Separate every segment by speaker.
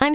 Speaker 1: I'm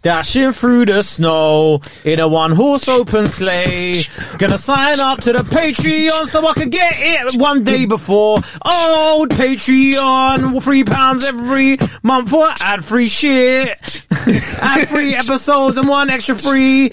Speaker 2: Dashing through the snow in a one horse open sleigh. Gonna sign up to the Patreon so I can get it one day before. Old Patreon, three pounds every month for ad free shit. ad free episodes and one extra free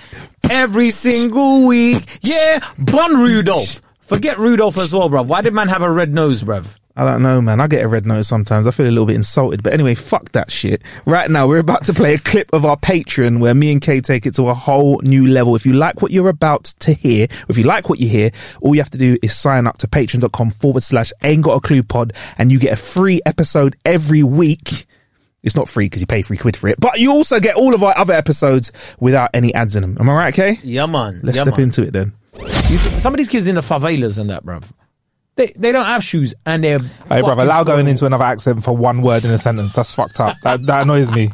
Speaker 2: every single week. Yeah, Bon Rudolph. Forget Rudolph as well, bruv. Why did man have a red nose, bruv?
Speaker 3: I don't know, man. I get a red note sometimes. I feel a little bit insulted. But anyway, fuck that shit. Right now, we're about to play a clip of our Patreon where me and Kay take it to a whole new level. If you like what you're about to hear, if you like what you hear, all you have to do is sign up to patreon.com forward slash ain't got a clue pod and you get a free episode every week. It's not free because you pay three quid for it, but you also get all of our other episodes without any ads in them. Am I right, Kay?
Speaker 2: Yeah, man.
Speaker 3: Let's
Speaker 2: yeah,
Speaker 3: step
Speaker 2: man.
Speaker 3: into it then.
Speaker 2: You see, some of these kids in the favelas and that, bruv. They they don't have shoes and they're.
Speaker 3: Hey, bruv,
Speaker 2: fucking
Speaker 3: allow
Speaker 2: spoiled.
Speaker 3: going into another accent for one word in a sentence. That's fucked up. That, that annoys me.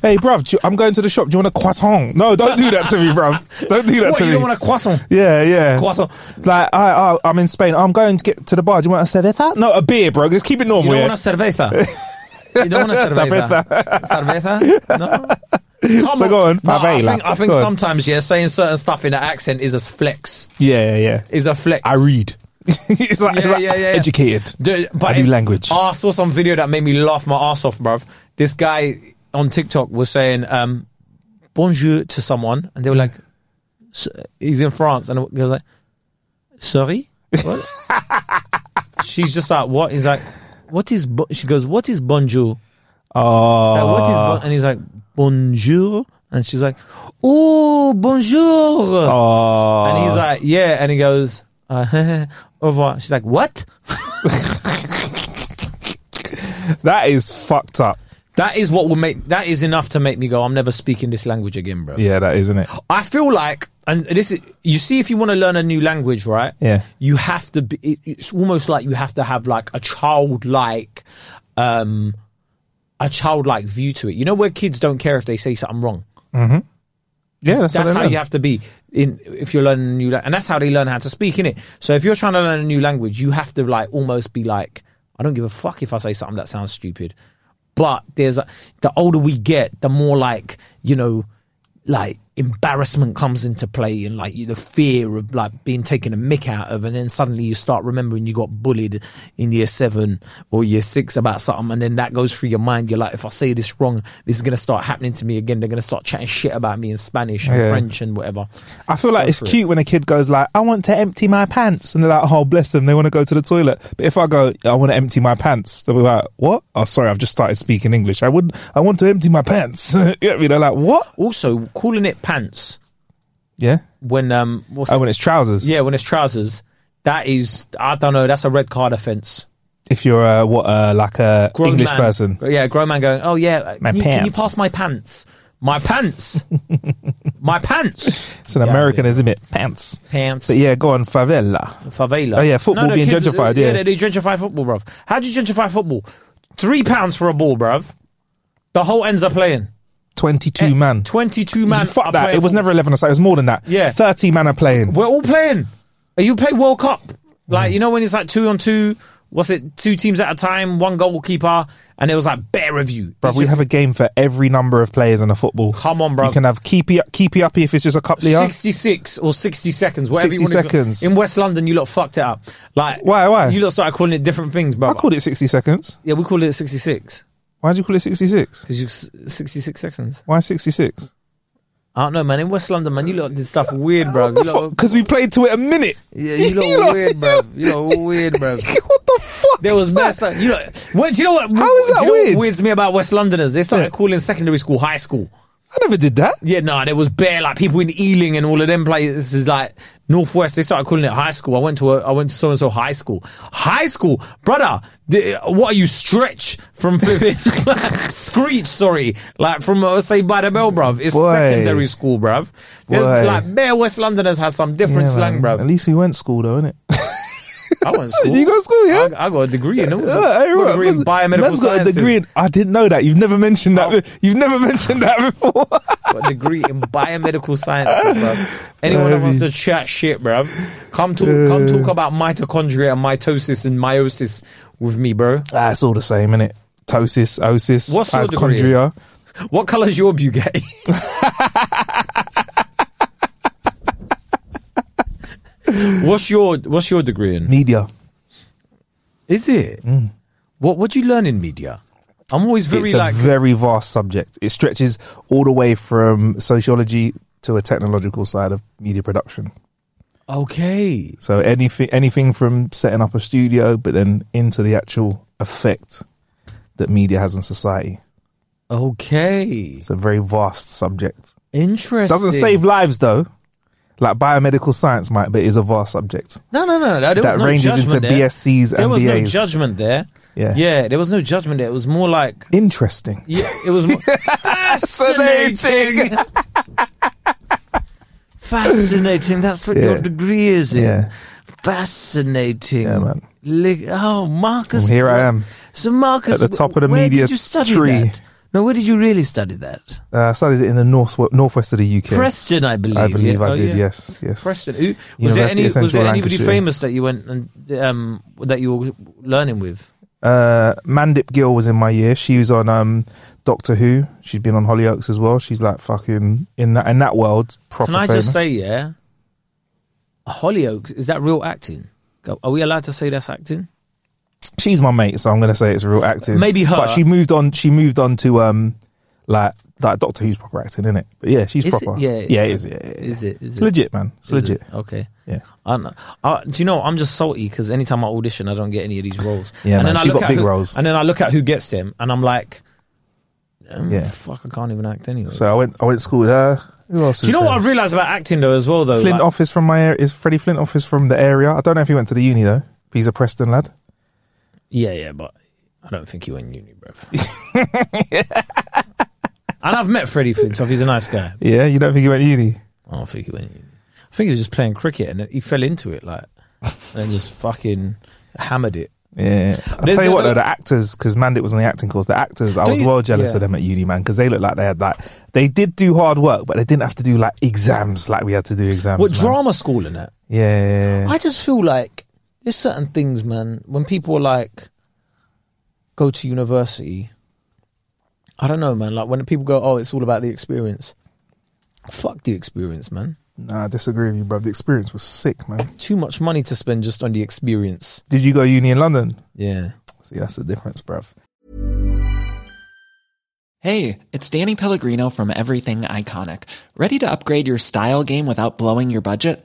Speaker 3: Hey, bruv, do you- I'm going to the shop. Do you want a croissant? No, don't do that to me, bruv. Don't do that
Speaker 2: What
Speaker 3: to
Speaker 2: you
Speaker 3: me.
Speaker 2: don't want a croissant?
Speaker 3: yeah, yeah.
Speaker 2: Croissant.
Speaker 3: Like, I, I, I'm in Spain. I'm going to get to the bar. Do you want a cerveza? No, a beer, bro. Just keep it
Speaker 2: You
Speaker 3: normal.
Speaker 2: don't
Speaker 3: yeah?
Speaker 2: want a cerveza. You don't want a cerveza. cerveza? No. Come
Speaker 3: So go on,
Speaker 2: No, I
Speaker 3: favela.
Speaker 2: think, I think
Speaker 3: Go on.
Speaker 2: sometimes, yeah, saying certain stuff in an accent is a flex.
Speaker 3: yeah, yeah, yeah.
Speaker 2: Is a flex.
Speaker 3: I read. it's like, it's
Speaker 2: Yeah,
Speaker 3: like
Speaker 2: yeah, yeah.
Speaker 3: educated.
Speaker 2: Dude,
Speaker 3: a
Speaker 2: if-
Speaker 3: new language.
Speaker 2: I saw some video that made me laugh my ass off, bruv. This guy on TikTok was saying um, bonjour to someone, and they were like, "S- he's in France, and he was like, sorry? What? She's just like, what? He's like, what is, bo-? she goes, what is bonjour?
Speaker 3: Oh,
Speaker 2: It's like, what is bon-? And he's like, bonjour. And she's like, oh, bonjour. And he's like, yeah. And he goes, uh, au revoir. She's like, what?
Speaker 3: that is fucked up.
Speaker 2: That is what will make that is enough to make me go. I'm never speaking this language again, bro.
Speaker 3: Yeah, that is, isn't it?
Speaker 2: I feel like, and this is you see, if you want to learn a new language, right?
Speaker 3: Yeah.
Speaker 2: you have to. Be, it, it's almost like you have to have like a childlike, um, a childlike view to it. You know, where kids don't care if they say something wrong.
Speaker 3: Yeah, that's,
Speaker 2: That's
Speaker 3: how,
Speaker 2: how you have to be in if you're learning a new language, and that's how they learn how to speak in it. So if you're trying to learn a new language, you have to like almost be like, I don't give a fuck if I say something that sounds stupid. But there's a, the older we get, the more like you know, like embarrassment comes into play, and like you, the fear of like being taken a mick out of, and then suddenly you start remembering you got bullied in year seven or year six about something, and then that goes through your mind. You're like, if I say this wrong, this is gonna start happening to me again. They're gonna start chatting shit about me in Spanish and
Speaker 3: Yeah.
Speaker 2: French and whatever.
Speaker 3: I feel like
Speaker 2: Go
Speaker 3: it's
Speaker 2: for it.
Speaker 3: cute when a kid goes like, "I want to empty my pants," and they're like, "Oh, bless them, they want to go to the toilet." But if I go, "I want to empty my pants," they'll be like, "What? Oh, sorry, I've just started speaking English. I wouldn't. I want to empty my pants." yeah, you know, like what?
Speaker 2: Also, calling it pants
Speaker 3: Yeah.
Speaker 2: when um, what's
Speaker 3: Oh, when it's trousers.
Speaker 2: yeah, when it's trousers, that is I don't know. That's a red card offence.
Speaker 3: If you're uh, what uh, like a
Speaker 2: Grown
Speaker 3: English
Speaker 2: man-
Speaker 3: person.
Speaker 2: yeah, grown man going, oh yeah, uh,
Speaker 3: My
Speaker 2: can you, can you
Speaker 3: pants.
Speaker 2: pass my pants? My pants, my pants,
Speaker 3: It's an
Speaker 2: Yeah,
Speaker 3: American, isn't it? Pants.
Speaker 2: pants.
Speaker 3: But yeah, go on, favela.
Speaker 2: favela.
Speaker 3: Oh, yeah, football
Speaker 2: the
Speaker 3: being
Speaker 2: kids-
Speaker 3: gentrified,
Speaker 2: Yeah,
Speaker 3: yeah.
Speaker 2: they, they gentrify football, bruv. How do you gentrify football? Three pounds for a ball, bruv. The whole ends are playing.
Speaker 3: Twenty-two man.
Speaker 2: Twenty-two Eh, man.
Speaker 3: Fuck
Speaker 2: are
Speaker 3: that.
Speaker 2: playing
Speaker 3: It was
Speaker 2: football.
Speaker 3: never eleven aside. It was more than that.
Speaker 2: Yeah.
Speaker 3: Thirty man are playing.
Speaker 2: We're all playing. You play World Cup.
Speaker 3: Mm.
Speaker 2: Like, you know, when it's like two on two, what's it, two teams at a time, one goalkeeper, and it was like bear of you.
Speaker 3: Bruv,
Speaker 2: It's
Speaker 3: we
Speaker 2: just
Speaker 3: have a game for every number of players in a football.
Speaker 2: Come on, bruv.
Speaker 3: You can have keepy keepy uppy if it's just a cup Leon.
Speaker 2: 66 or 60 seconds, whatever
Speaker 3: 60
Speaker 2: you want
Speaker 3: seconds.
Speaker 2: In West London, you lot fucked it up. Like,
Speaker 3: Why, why?
Speaker 2: You lot started calling it different things, bro.
Speaker 3: I called it sixty seconds.
Speaker 2: Yeah, we call it 66.
Speaker 3: Why do you call it 66?
Speaker 2: because you're 66 seconds.
Speaker 3: Why 66?
Speaker 2: I don't know, man. In West London, man, you lot did stuff weird, bro. You lot,
Speaker 3: Because we played to it a minute.
Speaker 2: yeah, you lot,
Speaker 3: You lot-
Speaker 2: weird, bro. You lot weird, bro.
Speaker 3: what the fuck?
Speaker 2: There was
Speaker 3: is
Speaker 2: no
Speaker 3: that?
Speaker 2: stuff. You know, what, do you know what?
Speaker 3: How is
Speaker 2: do
Speaker 3: that
Speaker 2: you know
Speaker 3: weird?
Speaker 2: What weirds me about West Londoners. They started calling secondary school high school.
Speaker 3: I never did that.
Speaker 2: Yeah, no, there was bare like people in Ealing and all of them places like Northwest. They started calling it high school. I went to a, I went to so and so high school. High school, brother. The, what are you stretch from flipping screech? Sorry, like from uh, say by the bell, bruv. It's
Speaker 3: Boy.
Speaker 2: secondary school, bruv. There's,
Speaker 3: Boy.
Speaker 2: Like bare West Londoners had some different slang,
Speaker 3: man. At
Speaker 2: bruv.
Speaker 3: least we went school though, innit?
Speaker 2: I went to school.
Speaker 3: You go to school, yeah?
Speaker 2: I, I got a degree in it.
Speaker 3: Yeah, hey,
Speaker 2: got a
Speaker 3: right,
Speaker 2: degree in
Speaker 3: man's-
Speaker 2: biomedical
Speaker 3: man's got
Speaker 2: sciences.
Speaker 3: a degree in, I didn't know that. You've never mentioned that.
Speaker 2: Oh.
Speaker 3: You've never mentioned that before.
Speaker 2: got a degree in biomedical sciences, bro. Anyone that wants to chat shit, bro, come to come talk about mitochondria and mitosis and meiosis with me, bro.
Speaker 3: That's all the same, innit? Ptosis, osis,
Speaker 2: What's your degree in?
Speaker 3: hypochondria.
Speaker 2: What colour's your Bugatti? what's your What's your degree in?
Speaker 3: Media.
Speaker 2: Is it what What do you learn in media? I'm always very
Speaker 3: it's
Speaker 2: like
Speaker 3: a very vast subject. It stretches all the way from sociology to a technological side of media production.
Speaker 2: okay.
Speaker 3: So anything, anything from setting up a studio, but then into the actual effect that media has on society.
Speaker 2: Okay,
Speaker 3: It's a very vast subject.
Speaker 2: interesting.
Speaker 3: Doesn't save lives though. Like biomedical science might, but it is a vast subject.
Speaker 2: No, no, no. no, There
Speaker 3: That
Speaker 2: was no
Speaker 3: ranges
Speaker 2: judgment
Speaker 3: into
Speaker 2: there.
Speaker 3: BScs
Speaker 2: There
Speaker 3: and
Speaker 2: was no
Speaker 3: BAs.
Speaker 2: judgment there.
Speaker 3: Yeah.
Speaker 2: yeah. There was no judgment there. It was more like
Speaker 3: Interesting.
Speaker 2: yeah, it was more fascinating. fascinating. That's what
Speaker 3: Yeah.
Speaker 2: your degree is in.
Speaker 3: Yeah.
Speaker 2: Fascinating.
Speaker 3: Yeah, man.
Speaker 2: Li- oh, Marcus.
Speaker 3: Well, here I am.
Speaker 2: So, Marcus,
Speaker 3: At the top of the
Speaker 2: where
Speaker 3: media
Speaker 2: did you study
Speaker 3: tree.
Speaker 2: that? No, where did you really study that?
Speaker 3: Uh, I studied it in the north northwest of the UK.
Speaker 2: Preston, I believe.
Speaker 3: I believe
Speaker 2: yeah?
Speaker 3: I
Speaker 2: Oh,
Speaker 3: did.
Speaker 2: yeah.
Speaker 3: Yes, yes.
Speaker 2: Preston. Who, was there
Speaker 3: University
Speaker 2: any?
Speaker 3: of
Speaker 2: Was
Speaker 3: Central
Speaker 2: there anybody
Speaker 3: Lancashire.
Speaker 2: famous that you went and um, that you were learning with?
Speaker 3: Uh, Mandip Gill was in my year. She was on um, Doctor Who. She's been on Hollyoaks as well. She's like fucking in that in that world. Proper
Speaker 2: Can I
Speaker 3: famous.
Speaker 2: just say, yeah, Hollyoaks is that real acting? Go- Are we allowed to say that's acting?
Speaker 3: she's my mate, so I'm gonna say it's real acting.
Speaker 2: Maybe her.
Speaker 3: But she moved on. She moved on to um, like like Doctor Who's proper acting, isn't it? But yeah, she's
Speaker 2: Is it?
Speaker 3: proper.
Speaker 2: Yeah.
Speaker 3: yeah, it is. Yeah, yeah, yeah.
Speaker 2: Is it? Is
Speaker 3: It's
Speaker 2: it?
Speaker 3: legit, man. It's
Speaker 2: Is
Speaker 3: legit.
Speaker 2: it? Okay.
Speaker 3: Yeah.
Speaker 2: I don't know. I, do you know? I'm just salty because anytime I audition, I don't get any of these roles.
Speaker 3: Yeah, man,
Speaker 2: I
Speaker 3: she
Speaker 2: look at
Speaker 3: got big
Speaker 2: who-
Speaker 3: roles.
Speaker 2: And then I look at who gets them, and I'm like, um,
Speaker 3: Yeah.
Speaker 2: fuck, I can't even act anyway.
Speaker 3: So I went. I went to school with her. Who else?
Speaker 2: do you
Speaker 3: is
Speaker 2: know
Speaker 3: there?
Speaker 2: what I've realized about acting though, as well though?
Speaker 3: Flint
Speaker 2: like-
Speaker 3: office from my area is Freddie Flint office from the area. I don't know if he went to the uni though. He's a Preston lad.
Speaker 2: Yeah, yeah, but I don't think he went uni, bruv. and I've met Freddie Flintoff. He's a nice guy.
Speaker 3: Yeah, you don't think he went to uni?
Speaker 2: I don't think he went. in. I think he was just playing cricket and he fell into it like, and just fucking hammered it.
Speaker 3: Yeah, I'll
Speaker 2: There's-
Speaker 3: tell you
Speaker 2: there's
Speaker 3: what
Speaker 2: a-
Speaker 3: though, the actors because Mandit was on the acting course. The actors, I
Speaker 2: Don't
Speaker 3: was
Speaker 2: you-
Speaker 3: well jealous
Speaker 2: yeah.
Speaker 3: of them at uni, man, because they looked like they had like they did do hard work, but they didn't have to do like exams like we had to do exams.
Speaker 2: What
Speaker 3: man.
Speaker 2: drama school and that?
Speaker 3: Yeah, yeah, yeah.
Speaker 2: I just feel like there's certain things, man. When people are like go to university, I don't know, man. Like when people go, "Oh, it's all about the experience." Fuck the experience, man.
Speaker 3: Nah, I disagree with you, bro. The experience was sick, man.
Speaker 2: Too much money to spend just on the experience.
Speaker 3: Did you go to uni in London?
Speaker 2: Yeah.
Speaker 3: See, that's the difference, bruv.
Speaker 4: Hey, it's Danny Pellegrino from Everything Iconic. Ready to upgrade your style game without blowing your budget?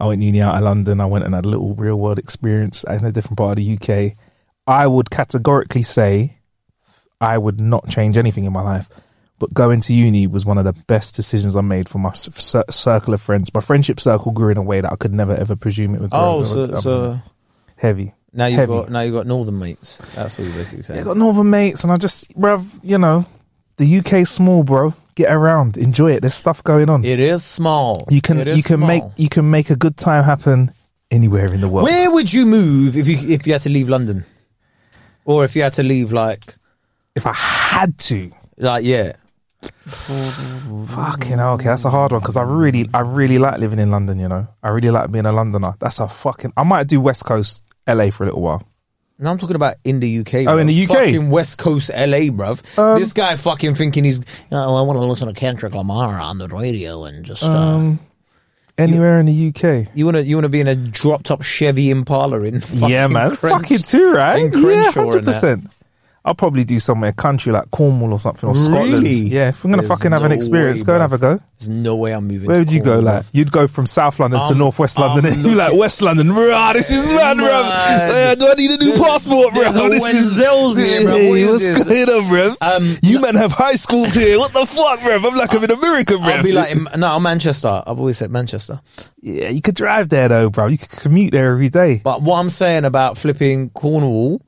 Speaker 3: I went uni out of London. I went and had a little real world experience in a different part of the UK. I would categorically say I would not change anything in my life. But going to uni was one of the best decisions I made for my c- cir- circle of friends. My friendship circle grew in a way that I could never ever presume it would grow.
Speaker 2: Oh,
Speaker 3: Um,
Speaker 2: so, so
Speaker 3: heavy.
Speaker 2: now you've
Speaker 3: Heavy.
Speaker 2: got now you've got northern mates. That's what you're basically
Speaker 3: I
Speaker 2: saying.
Speaker 3: got northern mates, and I just, bruv, you know, the UK's small, bro. Get around, enjoy it. There's stuff going on.
Speaker 2: It is small.
Speaker 3: you can
Speaker 2: It is
Speaker 3: you can
Speaker 2: small.
Speaker 3: make you can make a good time happen anywhere in the world.
Speaker 2: Where would you move if you if you had to leave London, or if you had to leave like
Speaker 3: If I had to,
Speaker 2: like yeah?
Speaker 3: Fucking hell, okay, that's a hard one because I really, I really like living in London. You know, I really like being a Londoner. That's a fucking. I might do West Coast, LA for a little while.
Speaker 2: No, I'm talking about in the UK.
Speaker 3: Oh,
Speaker 2: bruv.
Speaker 3: in the Um, UK.
Speaker 2: fucking West Coast, LA, bruv. this guy fucking thinking he's. Oh, I want to listen to Kendrick Lamar on the radio and just. Uh,
Speaker 3: Um, anywhere in the UK.
Speaker 2: you wanna you wanna be in a drop top Chevy Impala in fucking
Speaker 3: yeah, man,
Speaker 2: Crenshaw-
Speaker 3: fucking too right.
Speaker 2: in
Speaker 3: Yeah,
Speaker 2: Crenshaw and
Speaker 3: hundred percent. I'll probably do somewhere country like Cornwall or something or Scotland.
Speaker 2: Really?
Speaker 3: Yeah, if we're gonna
Speaker 2: There's
Speaker 3: fucking have an
Speaker 2: no
Speaker 3: experience,
Speaker 2: way,
Speaker 3: go and
Speaker 2: bruv.
Speaker 3: have a go.
Speaker 2: There's no way I'm moving.
Speaker 3: Where
Speaker 2: to
Speaker 3: would you go?
Speaker 2: Cornwall,
Speaker 3: Like
Speaker 2: bruv.
Speaker 3: you'd go from South London to
Speaker 2: I'm-
Speaker 3: Northwest
Speaker 2: I'm
Speaker 3: London. You like
Speaker 2: looking-
Speaker 3: West London? Rah, this is mad, bro.
Speaker 2: Mad.
Speaker 3: do I need a new passport, bro?
Speaker 2: there's a
Speaker 3: This is
Speaker 2: Wenzel's here, bruv.
Speaker 3: Hey,
Speaker 2: What is
Speaker 3: what's
Speaker 2: this?
Speaker 3: going on, bro?
Speaker 2: Um,
Speaker 3: you men have high schools here. What the fuck, bro? I'm like I'm in America, bro.
Speaker 2: I'll be like in- no, I'm Manchester. I've always said Manchester.
Speaker 3: yeah, you could drive there though, bro. You could commute there every day.
Speaker 2: But what I'm saying about flipping Cornwall,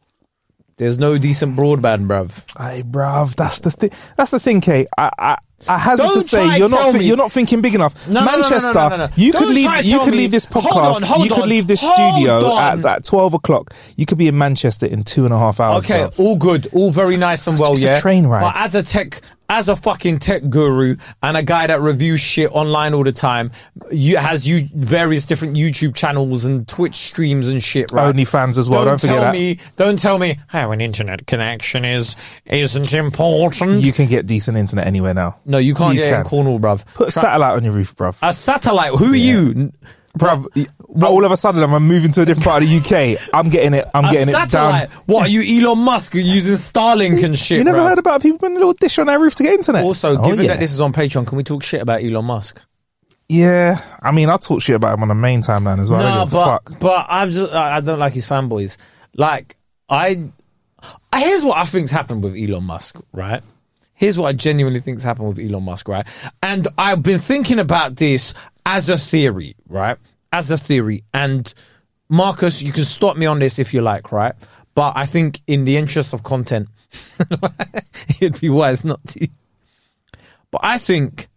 Speaker 2: there's no decent broadband, bruv.
Speaker 3: Hey, bruv, that's the thing. That's the thing, Kate. I, I, I hazard
Speaker 2: Don't try
Speaker 3: to say
Speaker 2: and
Speaker 3: you're not
Speaker 2: tell
Speaker 3: thi-
Speaker 2: me.
Speaker 3: you're not thinking big enough.
Speaker 2: No, no, no, no, no,
Speaker 3: Manchester,
Speaker 2: no, no, no.
Speaker 3: you
Speaker 2: Don't
Speaker 3: could leave
Speaker 2: try and
Speaker 3: you
Speaker 2: tell
Speaker 3: could
Speaker 2: me.
Speaker 3: leave this
Speaker 2: Hold
Speaker 3: podcast.
Speaker 2: on, hold
Speaker 3: you could
Speaker 2: on,
Speaker 3: leave this
Speaker 2: hold
Speaker 3: studio
Speaker 2: on.
Speaker 3: at, at twelve o'clock. You could be in Manchester in two and a half hours.
Speaker 2: Okay,
Speaker 3: bruv.
Speaker 2: all good, all very nice and well.
Speaker 3: it's a
Speaker 2: yeah,
Speaker 3: train ride.
Speaker 2: But as a tech, as a fucking tech guru and a guy that reviews shit online all the time, you has you various different YouTube channels and Twitch streams and shit. Right?
Speaker 3: OnlyFans as well, don't forget
Speaker 2: tell
Speaker 3: that.
Speaker 2: me. Don't tell me how an internet connection is isn't important.
Speaker 3: you can get decent internet anywhere now.
Speaker 2: no, you can't get it in Uh,
Speaker 3: can.
Speaker 2: Cornwall, bruv.
Speaker 3: Put a satellite on your roof, bruv.
Speaker 2: a satellite. Who are you? uh,
Speaker 3: bruv, y- all of a sudden I'm moving to a different part of the UK. I'm getting it. I'm
Speaker 2: A
Speaker 3: getting it
Speaker 2: satellite.
Speaker 3: down.
Speaker 2: What are you, Elon Musk, using Starlink and shit?
Speaker 3: You never
Speaker 2: bruv?
Speaker 3: heard about people putting a little dish on their roof to get internet?
Speaker 2: Also,
Speaker 3: Oh,
Speaker 2: given
Speaker 3: yeah.
Speaker 2: that this is on Patreon, can we talk shit about Elon Musk?
Speaker 3: Yeah, I mean, I talk shit about him on the main timeline as well. I
Speaker 2: No,
Speaker 3: don't give a
Speaker 2: but
Speaker 3: fuck.
Speaker 2: but I'm just I I don't like his fanboys. Like I, I- here's what I think's happened with Elon Musk, right? Here's what I genuinely think's happened with Elon Musk, right? And I've been thinking about this as a theory, right? As a theory, and Marcus, you can stop me on this if you like, right? But I think in the interest of content, it'd be wise not to. But I think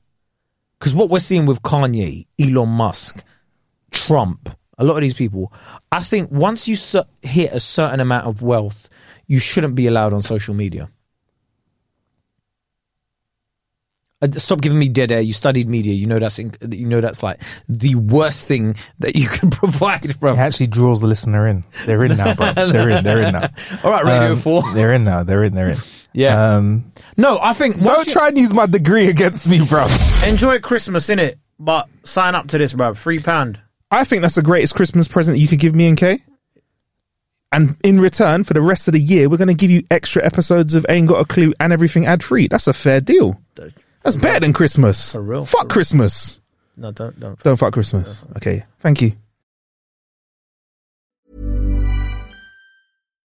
Speaker 2: because what we're seeing with Kanye, Elon Musk, Trump, a lot of these people, I think once you cer- hit a certain amount of wealth, you shouldn't be allowed on social media. Uh, Stop giving me dead air. You studied media. You know that's in, you know that's like the worst thing that you can provide, bro.
Speaker 3: It actually draws the listener in. They're in now, bro. They're in. They're in now.
Speaker 2: All right, Radio
Speaker 3: Um,
Speaker 2: Four.
Speaker 3: They're in now. They're in. They're in.
Speaker 2: Yeah.
Speaker 3: Um,
Speaker 2: no, I think
Speaker 3: don't
Speaker 2: once you-
Speaker 3: try and use my degree against me, bro.
Speaker 2: enjoy Christmas in it, but sign up to this, bro. Three pound.
Speaker 3: I think that's the greatest Christmas present you could give me and Kay. And in return, for the rest of the year, we're going to give you extra episodes of Ain't Got a Clue and everything ad free. That's a fair deal. That's better than Christmas.
Speaker 2: For real,
Speaker 3: Fuck
Speaker 2: for real.
Speaker 3: Christmas.
Speaker 2: No, don't don't.
Speaker 3: Don't fuck Christmas. Okay. Thank you.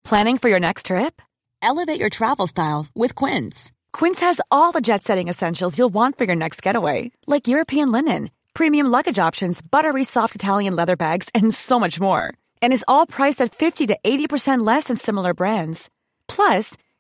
Speaker 5: Planning for your next trip? Elevate your travel style with Quince. Quince has all the jet setting essentials you'll want for your next getaway, like European linen, premium luggage options, buttery soft Italian leather bags, and so much more. And is all priced at 50 to 80% less than similar brands. Plus,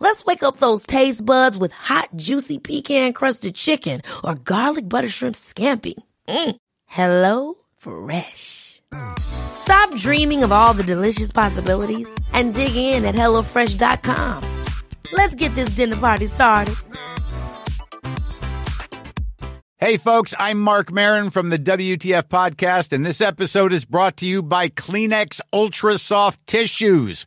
Speaker 6: Let's wake up those taste buds with hot, juicy pecan crusted chicken or garlic butter shrimp scampi. Mm. Hello Fresh. Stop dreaming of all the delicious possibilities and dig in at HelloFresh.com. Let's get this dinner party started.
Speaker 7: Hey, folks, I'm Mark Marin from the WTF Podcast, and this episode is brought to you by Kleenex Ultra Soft Tissues,